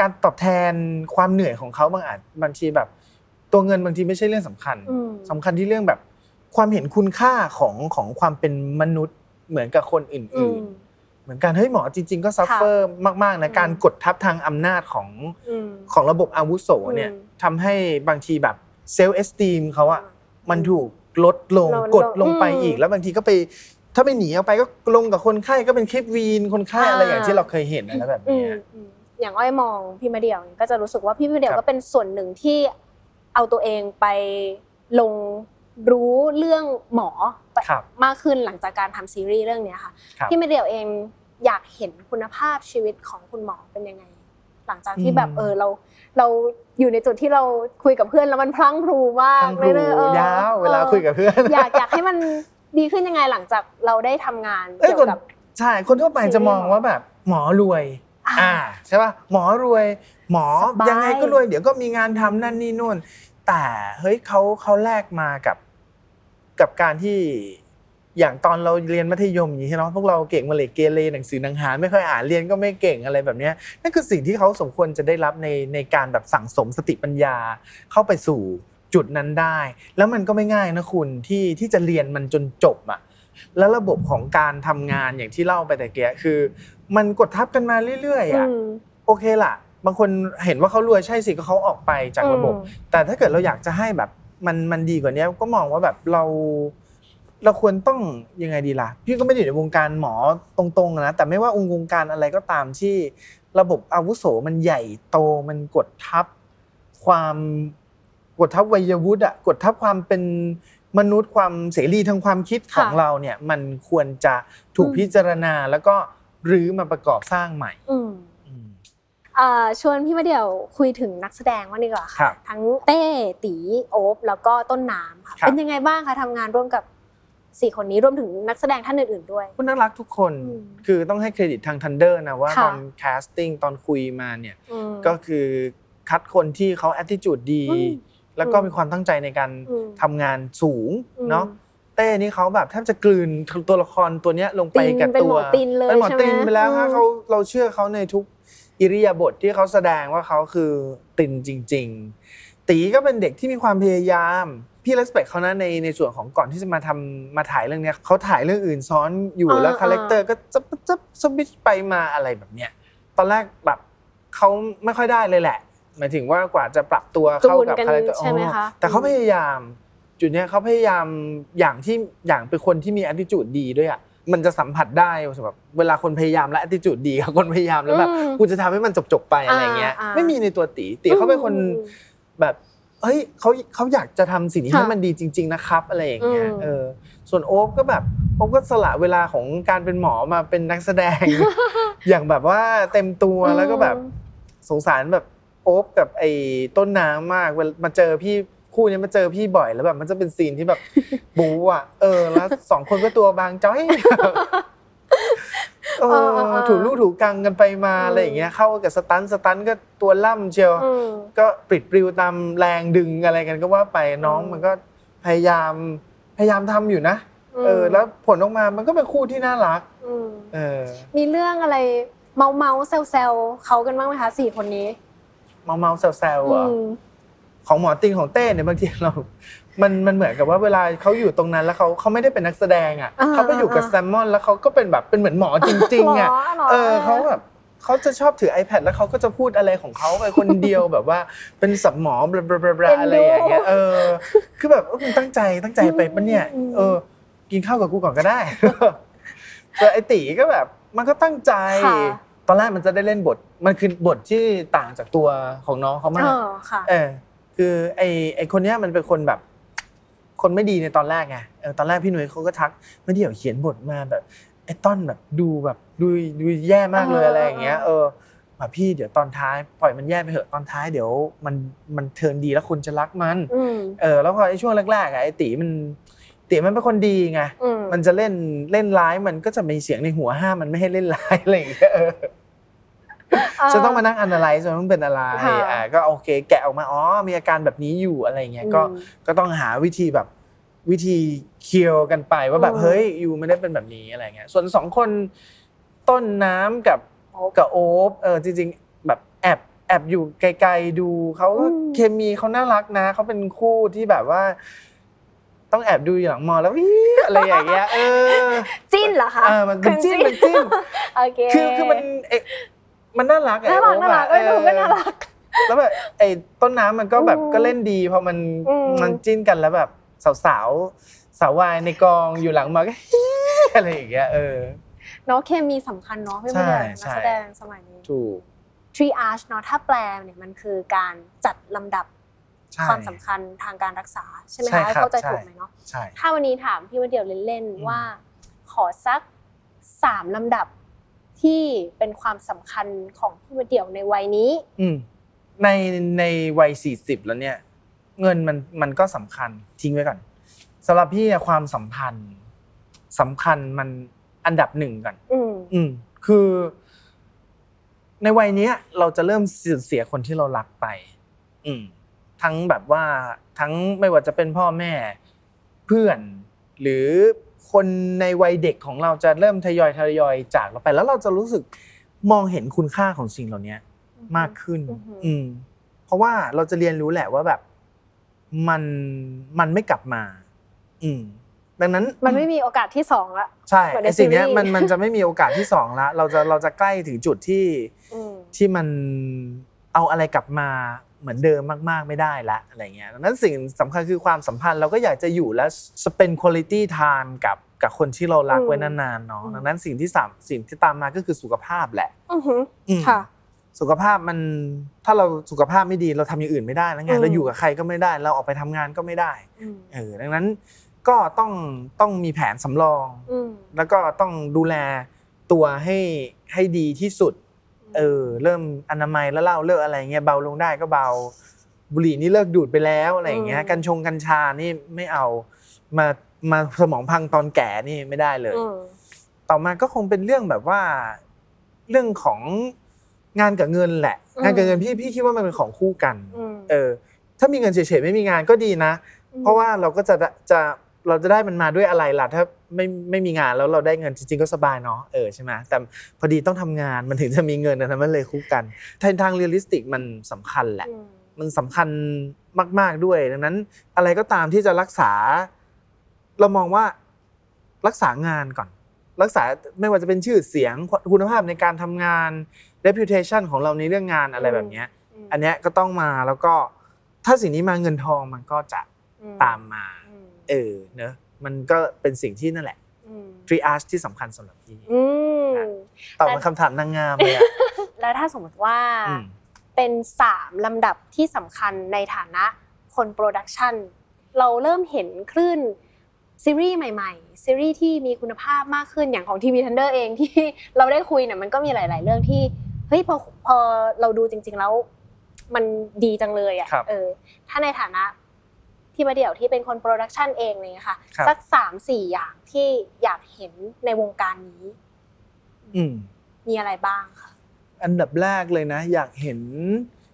การตอบแทนความเหนื่อยของเขาบางอาจบางทีแบบ ตัวเงินบางทีไม่ใช่เรื่องสำคัญ อืม สำคัญที่เรื่องแบบ ความเห็นคุณค่าของของความเป็นมนุษย์เหมือนกับคนอื่นๆ เหมือนกันเฮ้ยหมอจริง ๆ ก็ซัฟเฟอร์มากๆนะ อืม การกดทับทางอำนาจของ อืม ของระบบอาวุโสเนี่ย อืม ทำให้บางทีแบบเซลล์เอสตีมเขาอะ มันถูกลดลง ลดลง กดลงไป อืม อีก แล้วบางทีก็ไป ถ้าไปหนีออกไปก็ลงกับคนไข้ก็เป็นคลิปวีนคนไข้อะไร อ่า อย่างที่เราเคยเห็นอะไรแบบ อื เนี้ ม ย อืมอย่างอ้อยมองพี่มาเดี่ยวก็จะรู้สึกว่าพี่มาเดี่ยว ครับ ก็เป็นส่วนหนึ่งที่เอาตัวเองไปลงรู้เรื่องหมอไป ครับ มากขึ้นหลังจากการทำซีรีส์เรื่องเนี้ยค่ะ ครับ พี่มาเดี่ยวเองอยากเห็นคุณภาพชีวิตของคุณหมอเป็นยังไง หลังจากที่แบบเออเรา เราอยู่ในจุดที่เราคุยกับเพื่อนแล้วมันพลั้งพรูมาก ทั้งครู ไม่ได้เออย าวเวลาคุยกับเพื่อน อยากอยากให้มันดีขึ้นยังไงหลังจากเราได้ทำงาน เอ้ย เกี่ยวคนกับ ใช่คนทั่วไปจะมอง ซีรีส์หมอ ว่าแบบหมอรวย อ่า อ่าใช่ป่ะหมอรวย หมอ สบาย ยังไงก็รวยเดี๋ยวก็มีงานทำนั่นนี่นู่น แต่เฮ้ยเขาเขาแลกมากับกับการที่อย่างตอนเราเรียนมัธยมอย่างนี้ใช่ไหมพวกเราเก่งมาเลยเกเรหนังสือหนังหาไม่ค่อยอ่านเรียนก็ไม่เก่งอะไรแบบเนี้ย นั่นคือสิ่งที่เขาสมควรจะได้รับในในการแบบสั่งสมสติปัญญาเข้าไปสู่จุดนั้นได้ แล้วมันก็ไม่ง่ายนะคุณที่ที่จะเรียนมันจนจบอะแล้วระบบของการทำงานอย่างที่เล่าไปแต่เกียคือ มันกดทับกันมาเรื่อยๆอะ อืม โอเคล่ะ บางคนเห็นว่าเขารวยใช่สิก็เขาออกไปจากระบบ แต่ถ้าเกิดเราอยากจะให้แบบมันมันดีกว่านี้ก็มองว่าแบบเรา เราควรต้องยังไงดีล่ะ พี่ก็ไม่ได้อยู่ในวงการหมอตรงๆนะแต่ไม่ว่าองค์วงการอะไรก็ตามที่ระบบอาวุโสมันใหญ่โตมันกดทับ ความกดทับวัยวุฒิอะกดทับความเป็นมนุษย์ความเสรีทางความคิดของ ค่ะ เราเนี่ยมันควรจะถูก อืม พิจารณาแล้วก็รื้อมาประกอบสร้างใหม่ อืม อืม เอ่อชวนพี่มาเดี่ยวคุยถึงนักแสดงว่างดีกว่า ค ค่ะ รับ ทั้งเต้ตีโอบแล้วก็ต้นน้ำค่ะ ครับ เป็นยังไงบ้างคะทำงานร่วมกับสี่คนนี้รวมถึงนักแสดงท่านอื่นๆด้วย คุณน่ารักทุกคน อืม คือต้องให้เครดิตทาง Thunder นะว่า ค่ะ ตอน casting ตอนคุยมาเนี่ย อืม ก็คือคัดคนที่เขา attitude ดี อืม แล้วก็ อืม มีความตั้งใจในการ อืม ทำงานสูง อืม เนาะเต้นี่เขาแบบแทบจะกลืนตัวละครตัวเนี้ยลงไป ติน กับ เป็น ตั หม ว อตินเลย เป็นหมอ ใช่ไหม ตินไปแล้วฮะ อืม เขาเราเชื่อเขาในทุกอิริยาบถที่เขาแสดงว่าเขาคือตินจริง ๆ ตีก็เป็นเด็กที่มีความพยายามพี่เลสเปคเขานะในในส่วนของก่อนที่จะมาทำมาถ่ายเรื่องเนี้ยเขาถ่ายเรื่องอื่นซ้อนอยู่ อ่า แล้วคาแรคเตอร์ อ่า ก็จับจับสวิตชไปมาอะไรแบบเนี้ย ตอนแรกแบบเขาไม่ค่อยได้เลยแหละ หมายถึงว่ากว่าจะปรับตัวเข้ากับ จูนกัน คาแรคเตอร์ ใช่ไหมคะ อ๋อแต่เขา อืม พยายาม จุดเนี้ยเขาพยายามอย่างที่อย่างเป็นคนที่มี attitude ดีด้วยอ่ะมันจะสัมผัสได้สำหรับเวลาคนพยายามและ attitude ดีกับคนพยายามแล้วแบบ อืม กูจะทำให้มันจบๆไปอะไรเงี้ย อ่าอ่า ไม่มีในตัวตีตีเขาเป็นคนแบบเฮ้ยเขาเขาอยากจะทำสิ่งนี้ ค่ะ ให้มันดีจริง ๆ นะครับ อะไรอย่างเงี้ย อืม เออ ส่วนโอ๊คก็แบบโอ๊คก็สละเวลาของการเป็นหมอมาเป็นนักแสด ง อย่างแบบว่าเต็มตัว อืม แล้วก็แบบสงสารแบบโอ๊บกับไอ้ต้นน้ำมากเวลามาเจอพี่คู่เนี้ยมาเจอพี่บ่อยแล้วแบบมันจะเป็นซีน ที่แบบ บู๊อ่ะเออแล้วสองคนก็ตัวบางจ้ อย เอ เออ อ เออ ถูกลู่ถูกกังกันไปมา อืม อะไรอย่างเงี้ยเข้ากับสตันสตันก็ตัวล่ำเชียว อืม ก็ปลิดปลิวตามแรงดึงอะไรกันก็ว่าไปน้อง อืม มันก็พยายามพยายามทำอยู่นะ เออแล้วผลออกมามันก็เป็นคู่ที่น่ารัก อืม เออ มีเรื่องอะไรเมาเมาเซลเซลเขากันบ้างไหมคะสี่คนนี้ เมาเมาๆแซวๆอ่ะ อืม ของหมอติงของเต้เนี่ยบางทีเรา มันมันเหมือนกับว่าเวลาเขาอยู่ตรงนั้นแล้วเขาเขาไม่ได้เป็นนักแสดงอ่ะ อ่า เขาไปอยู่กับ อ่า แซมมอน แล้วเขาก็เป็นแบบเป็นเหมือนหมอจริง ๆอ่ะ หรหร เออเขาแบบเขาจะชอบถือ iPad แล้วเขาก็จะพูดอะไรของเขาไปคนเดียว แบบว่าเป็นสับหมอบลาบลาบลาอะไรอย่างเงี้ยเออ คือแบบเออมึงตั้งใจตั้งใจไปปะเนี่ย เออ กินข้าวกับกูก่อนก็ได้ แต่ไอตีก็แบบ มันก็ตั้งใจ ค่ะ ตอนแรกมันจะได้เล่นบท มันคือบทที่ต่างจากตัวของน้องเขามา เอก อค่ะ เออคือไอไอคนเนี้ยมันเป็นคนแบบ คนไม่ดีในตอนแรกไงเออตอนแรกพี่หนุ่ยเขาก็ทักไม่เดี่ยวเขียนบทมาแบบไอต้อนแบบดูแบบดูดูแย่มากเลย เอออ อะไรอย่างเงี้ย เอ เอ อ อแบบพี่เดี๋ยวตอนท้ายปล่อยมันแย่ไปเถอะตอนท้ายเดี๋ยวมันมันเทิร์นดีแล้วคนจะรักมัน อืม เออแล้วพอไอช่วงแรกๆอะไอตีมันตีมันเป็นคนดีไง อืม มันจะเล่นเล่นร้ายมันก็จะมีเสียงในหัวห้ามมันไม่ให้เล่นร้ายอะไรอย่างเงี้ยเออ เ จะต้องมานั่ง analyze ว่ามันเป็นอะไร ค่ะ อ่าก็โอเค แกะออกมา อ๋อ มีอาการแบบนี้อยู่อะไรเงี้ย ก็ อืม ก็ต้องหาวิธีแบบวิธีเคียวกันไปว่าแบบ อืม เฮ้ย อยู่ไม่ได้เป็นแบบนี้อะไรเงี้ย ส่วนสองคนต้นน้ำกับกับโอ๊บเออ จริงๆ แบบแอบแอบอยู่ไกลๆดูเขาเคมีเขาน่ารักนะ เขาเป็นคู่ที่แบบว่า ต้องแอบดูอยู่หลังมอแล้วอี๋อะไรอย่างเงี้ย เออ จิ้นเหรอคะ เออมันเป็นจิ้น คือ มันจิ้น โอเค คือคือมันเอ๊ะมันน่ารักอะ น่ารัก โอ๊ น่า บ รั อะ กเอ้ยดูก็ เออ น่ารัก แล้วแบบไอ้ต้นน้ำมันก็แบบ อืม ก็เล่นดีพอมัน อืม มันจิ้นกันแล้วแบบสาวสาวๆสาววายในกองอยู่หลังมาก็ อะไรอย่างเงี้ยเออ เนาะเคมีสำคัญเนาะพี่ ใช่ เบียร์นัก ใช่ แสดงสมัยนี้ ถูก triage เนาะถ้าแปลเนี่ยมันคือการจัดลำดับ ใช่ ความสำคัญทางการรักษา ใช่ไหม ใช่ คะ ครับ เข้าใจ ใช่ ถูกไหมเนาะ ใช่ ถ้าวันนี้ถามพี่วันเดียวเล่น อืม ๆว่า ขอสักสามลำดับที่เป็นความสำคัญของพี่วันเดียวในวัยนี้ อืมในในวัยสี่สิบแล้วเนี่ย เงินมันมันก็สำคัญทิ้งไว้ก่อนสำหรับพี่อะความสัมพันธ์สำคัญมันอันดับหนึ่งก่อน อืม อืมคือ ในวัยเนี้ย เราจะเริ่มสูญเสียคนที่เรารักไป อืม ทั้งแบบว่าทั้งไม่ว่าจะเป็นพ่อแม่ เพื่อน หรือคนในวัยเด็กของเราจะเริ่มทยอยทยอยจากเราไป แล้วเราจะรู้สึกมองเห็นคุณค่าของสิ่งเหล่านี้ อื มากขึ้น อือหืออื อืม เพราะว่าเราจะเรียนรู้แหละว่าแบบ มันมันไม่กลับมา อืม ดังนั้น มันไม่มีโอกาสที่สองละ ใช่ เหมือนใน ไอสิ่งเนี้ย ซีรีส์ มันมันจะไม่มีโอกาสที่สองละ เราจะเราจะใกล้ถึงจุดที่ อืม ที่มันเอาอะไรกลับมาเหมือนเดิมมาก ๆ ไม่ได้ละอะไรเงี้ยดังนั้นสิ่งสำคัญคือความสัมพันธ์เราก็อยากจะอยู่และสเปนคุณลิตี้ไทม์กับกับคนที่เรารัก อืม ไว้นานๆเนาะ อืม ดังนั้นสิ่งที่สามสิ่งที่ตามมาก็คือสุขภาพแหละ อือหือ อืม ค่ะ สุขภาพมันถ้าเราสุขภาพไม่ดีเราทำอย่างอื่นไม่ได้แล้วไง อืม เราอยู่กับใครก็ไม่ได้ เราออกไปทำงานก็ไม่ได้ อืม เออดังนั้นก็ต้องต้องมีแผนสำรอง อืม แล้วก็ต้องดูแลตัวให้ให้ดีที่สุด เออ เริ่มอนามัยแล้วเหล่าเลิกอะไรเงี้ยเบาลงได้ก็เบา บุหรี่นี่เลิกดูดไปแล้วอะไรอย่างเงี้ย อืม กัญชงกัญชานี่ไม่เอามามาสมองพังตอนแก่นี่ไม่ได้เลย อืม ต่อมาก็คงเป็นเรื่องแบบว่า เรื่องของงานกับเงินแหละ อืม งานกับเงินพี่พี่คิดว่ามันเป็นของคู่กัน อืม เออ ถ้ามีเงินเฉยๆไม่มีงานก็ดีนะ เพราะว่าเราก็จะได้จะเราจะได้มันมาด้วยอะไรล่ะ ถ้าไม่ไม่มีงานแล้วเราได้เงินจริงๆก็สบายเนาะเออใช่ไหมแต่พอดีต้องทำงานมันถึงจะมีเงินนะมันเลยคู่กันทางทางเรียลลิสติกมันสำคัญแหละ อืม มันสำคัญมาก ๆด้วยดังนั้นอะไรก็ตามที่จะรักษา เรามองว่ารักษางานก่อน รักษาไม่ว่าจะเป็นชื่อเสียงคุณภาพในการทำงาน reputation ของเราในเรื่องงานอะไร อืม แบบเนี้ย อันเนี้ยก็ต้องมาแล้วก็ถ้าสิ่งนี้มาเงินทองมันก็จะ อื ตามมา อืม เออเนอะมันก็เป็นสิ่งที่นั่นแหละ อืม triage ที่สำคัญสำหรับพี่ อืม ตอบมาคำถามนางงามเลยอะ แล้วถ้าสมมติว่า อืม เป็นสามลำดับที่สำคัญในฐานะคนโปรดักชันเราเริ่มเห็นคลื่นซีรีส์ใหม่ๆ ซีรีส์ที่มีคุณภาพมากขึ้นอย่างของทีวีทันเดอร์เองที่ เราได้คุยเนี่ยมันก็มีหลาย ๆ เรื่องที่เฮ้ยพอพอเราดูจริง ๆ แล้ว มันดีจังเลยอ่ะเออถ้าในฐานะที่มาเดี่ยวที่เป็นคนโปรดักชันเองเลยนะคะสักสามสี่อย่างที่อยากเห็นในวงการนี้ อืม มีอะไรบ้างคะ อันดับแรกเลยนะ อยากเห็น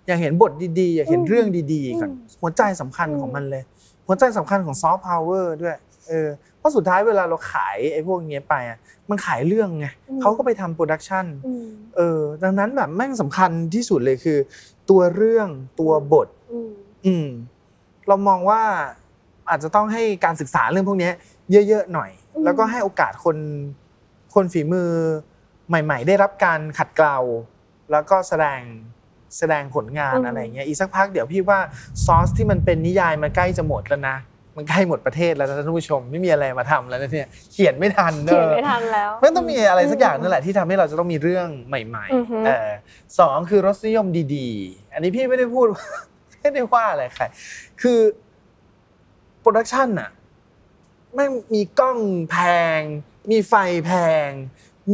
อยากเห็นบทดีๆ อยากเห็น อืม เรื่องดีๆก่อน อืม หัวใจสำคัญ อืม ของมันเลย หัวใจสำคัญของซอฟต์พาวเวอร์ด้วย เออเพราะสุดท้ายเวลาเราขายไอ้พวกเนี้ยไปอ่ะมันขายเรื่องไง อืม เขาก็ไปทำโปรดักชัน อืม เออดังนั้นแบบแม่งสำคัญที่สุดเลยคือ ตัวเรื่องตัวบท อืม อืมเรามองว่าอาจจะต้องให้การศึกษาเรื่องพวกเนี้ยเยอะๆหน่อย แล้วก็ให้โอกาสคนคนฝีมือใหม่ ๆ ได้รับการขัดเกลาแล้วก็แสดงแสดงผลงานอะไรเงี้ยอีกสักพักเดี๋ยวพี่ว่าซอสที่มันเป็นนิยายมันใกล้จะหมดแล้วนะมันใกล้หมดประเทศแล้วนะท่านผู้ชมไม่มีอะไรมาทำแล้วนะเนี่ยเขียนไม่ทันเน เขียน อะ ไม่ทันแล้ว มันต้องมีอะไรสักอย่างนั่นแหละที่ทำให้เราจะต้องมีเรื่องใหม่ อือฮึ ๆเออสองคือรสนิยมดีๆ อันนี้พี่ไม่ได้พู ด ไม่ได้ว่าอะไรใคร คือโปรดักชันอะแม่งมีกล้องแพง มีไฟแพง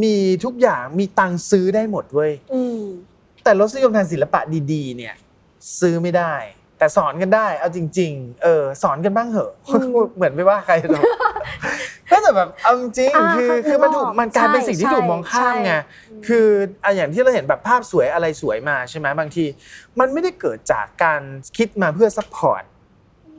มีทุกอย่างมีตังค์ซื้อได้หมดเว้ย อืม แต่รสนิยมทางศิลปะดีๆ เนี่ย ซื้อไม่ได้ แต่สอนกันได้ เอาจริง ๆ เออ สอนกันบ้างเหอะ เหมือนไม่ว่าใครหรอก ก็แต่แบบเอาจริง า ๆคือ เข้าใจ คือมันถูก แล้ว มันกลายเป็นสิ่งที่ ใช่ ถูกมองข้ามไง ใช่ คืออ่ะอย่างที่เราเห็นแบบภาพสวยอะไรสวยมาใช่ไหมบางที มันไม่ได้เกิดจากการคิดมาเพื่อซัพพอร์ต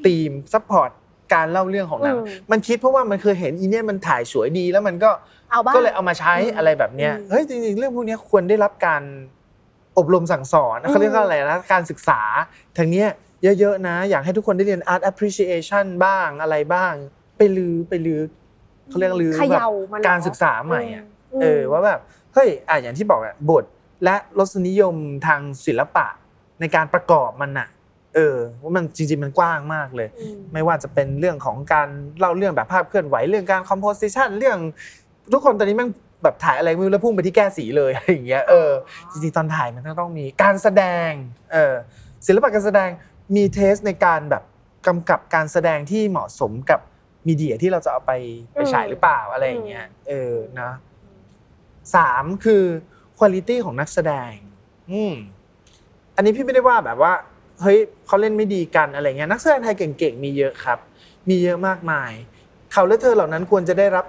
ธีมซัพพอร์ตการเล่าเรื่องของหนัง อืม มันคิดเพราะว่ามันเคยเห็นอีเนี่ยมันถ่ายสวยดีแล้วมันก็ เอาบ้าง ก็เลยเอามาใช้อะไรแบบเนี้ย อืม เฮ้ยจริงๆเรื่องพวกเนี้ยควรได้รับการอบรมสั่งสอน อืม เขาเรียกว่าอะไรนะการศึกษาทางเนี้ยเยอะๆนะ อยากให้ทุกคนได้เรียน art appreciation บ้างอะไรบ้าง ไปลือไปลือเขาเรียกลือ เข แบบ ย่ามัน การศึกษาใหม่อะ ม เออว่าแบบเฮ้ยอ่ะอย่างที่บอกอะบทและรสนิยมทางศิลปะในการประกอบมันอะเออว่ามันจริงๆมันกว้างมากเลย อืม ไม่ว่าจะเป็นเรื่องของการเล่าเรื่องแบบภาพเคลื่อนไหวเรื่องการคอมโพสิชันเรื่องทุกคนตอนนี้แมันแบบถ่ายอะไรไม่รู้แล้วพุ่งไปที่แก้สีเลย อะไรอย่างเงี้ยเออจริงๆตอนถ่ายมันก็ต้องมีการแสดงเออศิลปะการแสดงมีเทสในการแบบกำกับการแสดงที่เหมาะสมกับมีเดียที่เราจะเอาไปไปฉายหรือเปล่าอะไรอย่างเงี้ยเออนะสามคือคุณลิตี้ของนักแสดง อืม อันนี้พี่ไม่ได้ว่าแบบว่า เฮ้ยเขาเล่นไม่ดีกันอะไรเงี้ยนักแสดงไทยเก่งๆมีเยอะครับ มีเยอะมากมาย เขาและเธอเหล่านั้นควรจะได้รับ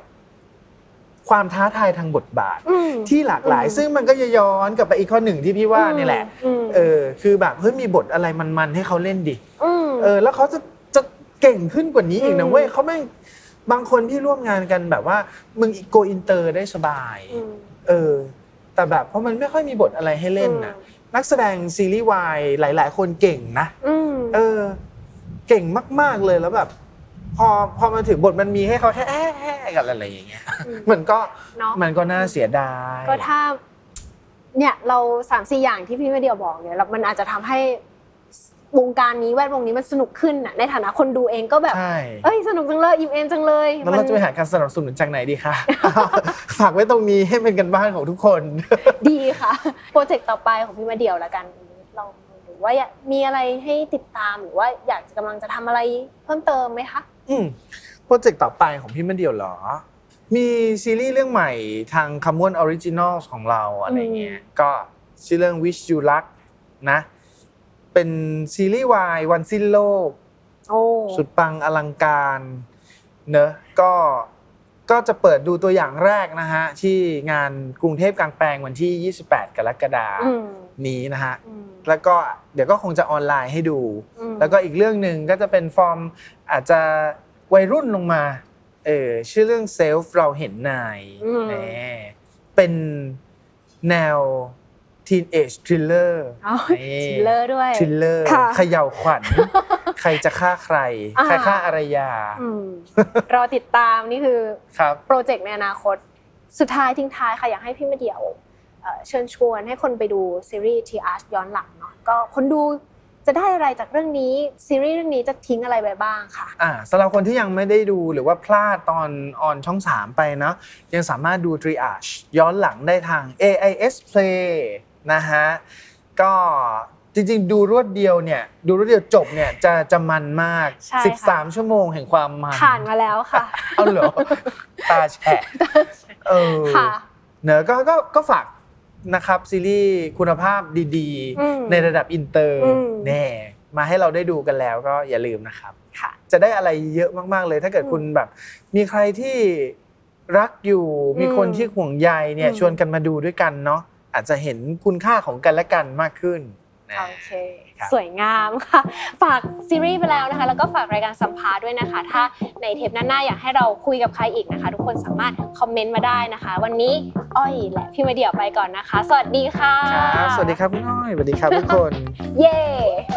ความท้าทายทางบทบาท อืม ที่หลากหลาย อืม ซึ่งมันก็จะย้อนกลับไปอีกข้อหนึ่งที่พี่ว่านี่แหละ ม เออ คือแบบเฮ้ยมีบทอะไรมันๆให้เขาเล่นดิ ม เออแล้วเขาจะจะเก่งขึ้นกว่านี้อีก อื นะ ม เว้ยเขาไม่งบางคนที่ร่วมงานกันแบบว่า มึงโกอินเตอร์ได้สบาย ม เออ แต่แบบเพราะมันไม่ค่อยมีบทอะไรให้เล่นน่ะ นักแสดงซีรีส์วายหลาย ๆ คนเก่งนะ อืม เออ เก่งมาก ๆ เลยแล้วแบบ พอพอมาถึงบทมันมีให้เขาแค่แอะแอะกันอะไรอย่างเงี้ย อืม มันก็ เนาะ มันก็น่าเสียดาย ก็ถ้า เนี่ยเราสามสี่อย่างที่พี่ไม่เดียวบอกเนี่ยแล้วมันอาจจะทำให้วงการนี้แวดวงนี้มันสนุกขึ้นน่ะในฐานะคนดูเองก็แบบ ใช่ เอ้ยสนุกจังเลยอิ่มเอมจังเลย แล้วเราจะไปหาการสนับสนุนจากไหนดีคะ ฝากไว้ตรงนี้ให้เป็นกันบ้านของทุกคน ดีค่ะ โปรเจกต์ต่อไปของพี่มาเดียวละกันลองดูว่าอยากมีอะไรให้ติดตามหรือว่าอยากจะกำลังจะทำอะไรเพิ่มเติมไหมคะ อืมโปรเจกต์ต่อไปของพี่มันเดียวเหรอ มีซีรีส์เรื่องใหม่ทางคำม่วนออริจินอลของเราอะไรเงี้ย ก็ชื่อเรื่อง Wish You Luck นะ เป็นซีรีส์วายวันสิ้นโลก โอ้ สุดปังอลังการเนอะก็ก็จะเปิดดูตัวอย่างแรกนะฮะ ที่งานกรุงเทพกลางแปลงวันที่ 28 กรกฎา อืม นี้นะฮะ อืม แล้วก็เดี๋ยวก็คงจะออนไลน์ให้ดู อืม แล้วก็อีกเรื่องหนึ่งก็จะเป็นฟอร์มอาจจะวัยรุ่นลงมาเออชื่อเรื่องเซลฟ์เราเห็นนาย อืม แหมเป็นแนว teenage thriller เอา นี่ ชิลเลอร์ด้วย ทริลเลอร์ ค่ะ เขย่าวขวั ญ ใครจะฆ่าใคร อ่า ใครฆ่าอารยา อืมรอติดตามนี่คือ ครับ โปรเจกต์ในอนาคต สุดท้ายทิ้งท้ายค่ะ อยากให้พี่มาเดี่ยวเอ่อเชิญชวนให้คนไปดูซีรีส์ทีอาร์ย้อนหลังเนาะก็คนดูจะได้อะไรจากเรื่องนี้ ซีรีส์เรื่องนี้จะทิ้งอะไรไปบ้างค่ะ อ่าสำหรับคนที่ยังไม่ได้ดูหรือว่าพลาดตอนออนช่อง 3 ไปเนาะยังสามารถดู Triage ย้อนหลังได้ทาง AIS Play นะฮะ ก็จริงๆ ดูรวดเดียวเนี่ย ดูรวดเดียวจบเนี่ยจะจะมันมาก ใช่ค่ะ 13 ชั่วโมงแห่งความมัน ผ่านมาแล้วค่ะ เอาเหรอ ตาแฉะเออ ค่ะ เนอะก็ก็ก็ฝากนะครับซีรีส์คุณภาพดี อืม ๆ ในระดับอินเตอร์ อืม แน่มาให้เราได้ดูกันแล้วก็อย่าลืมนะครับ ค่ะ จะได้อะไรเยอะมากๆเลย ถ้าเกิดคุณแบบ มีใครที่รักอยู่มีคนที่ห่วงใยเนี่ย อืม ชวนกันมาดูด้วยกันเนาะอาจจะเห็นคุณค่าของกันและกันมากขึ้น นะ โอเค ครับ สวยงามค่ะ ฝากซีรีส์ไปแล้วนะคะ แล้วก็ฝากรายการสัมภาษณ์ด้วยนะคะ ถ้าในเทปหน้าๆอยากให้เราคุยกับใครอีกนะคะ ทุกคนสามารถคอมเมนต์มาได้นะคะ วันนี้อ้อยและพี่มาเดี่ยวไปก่อนนะคะ สวัสดีค่ะ ครับ สวัสดีครับคุณน้อย สวัสดีครับทุกคน เย้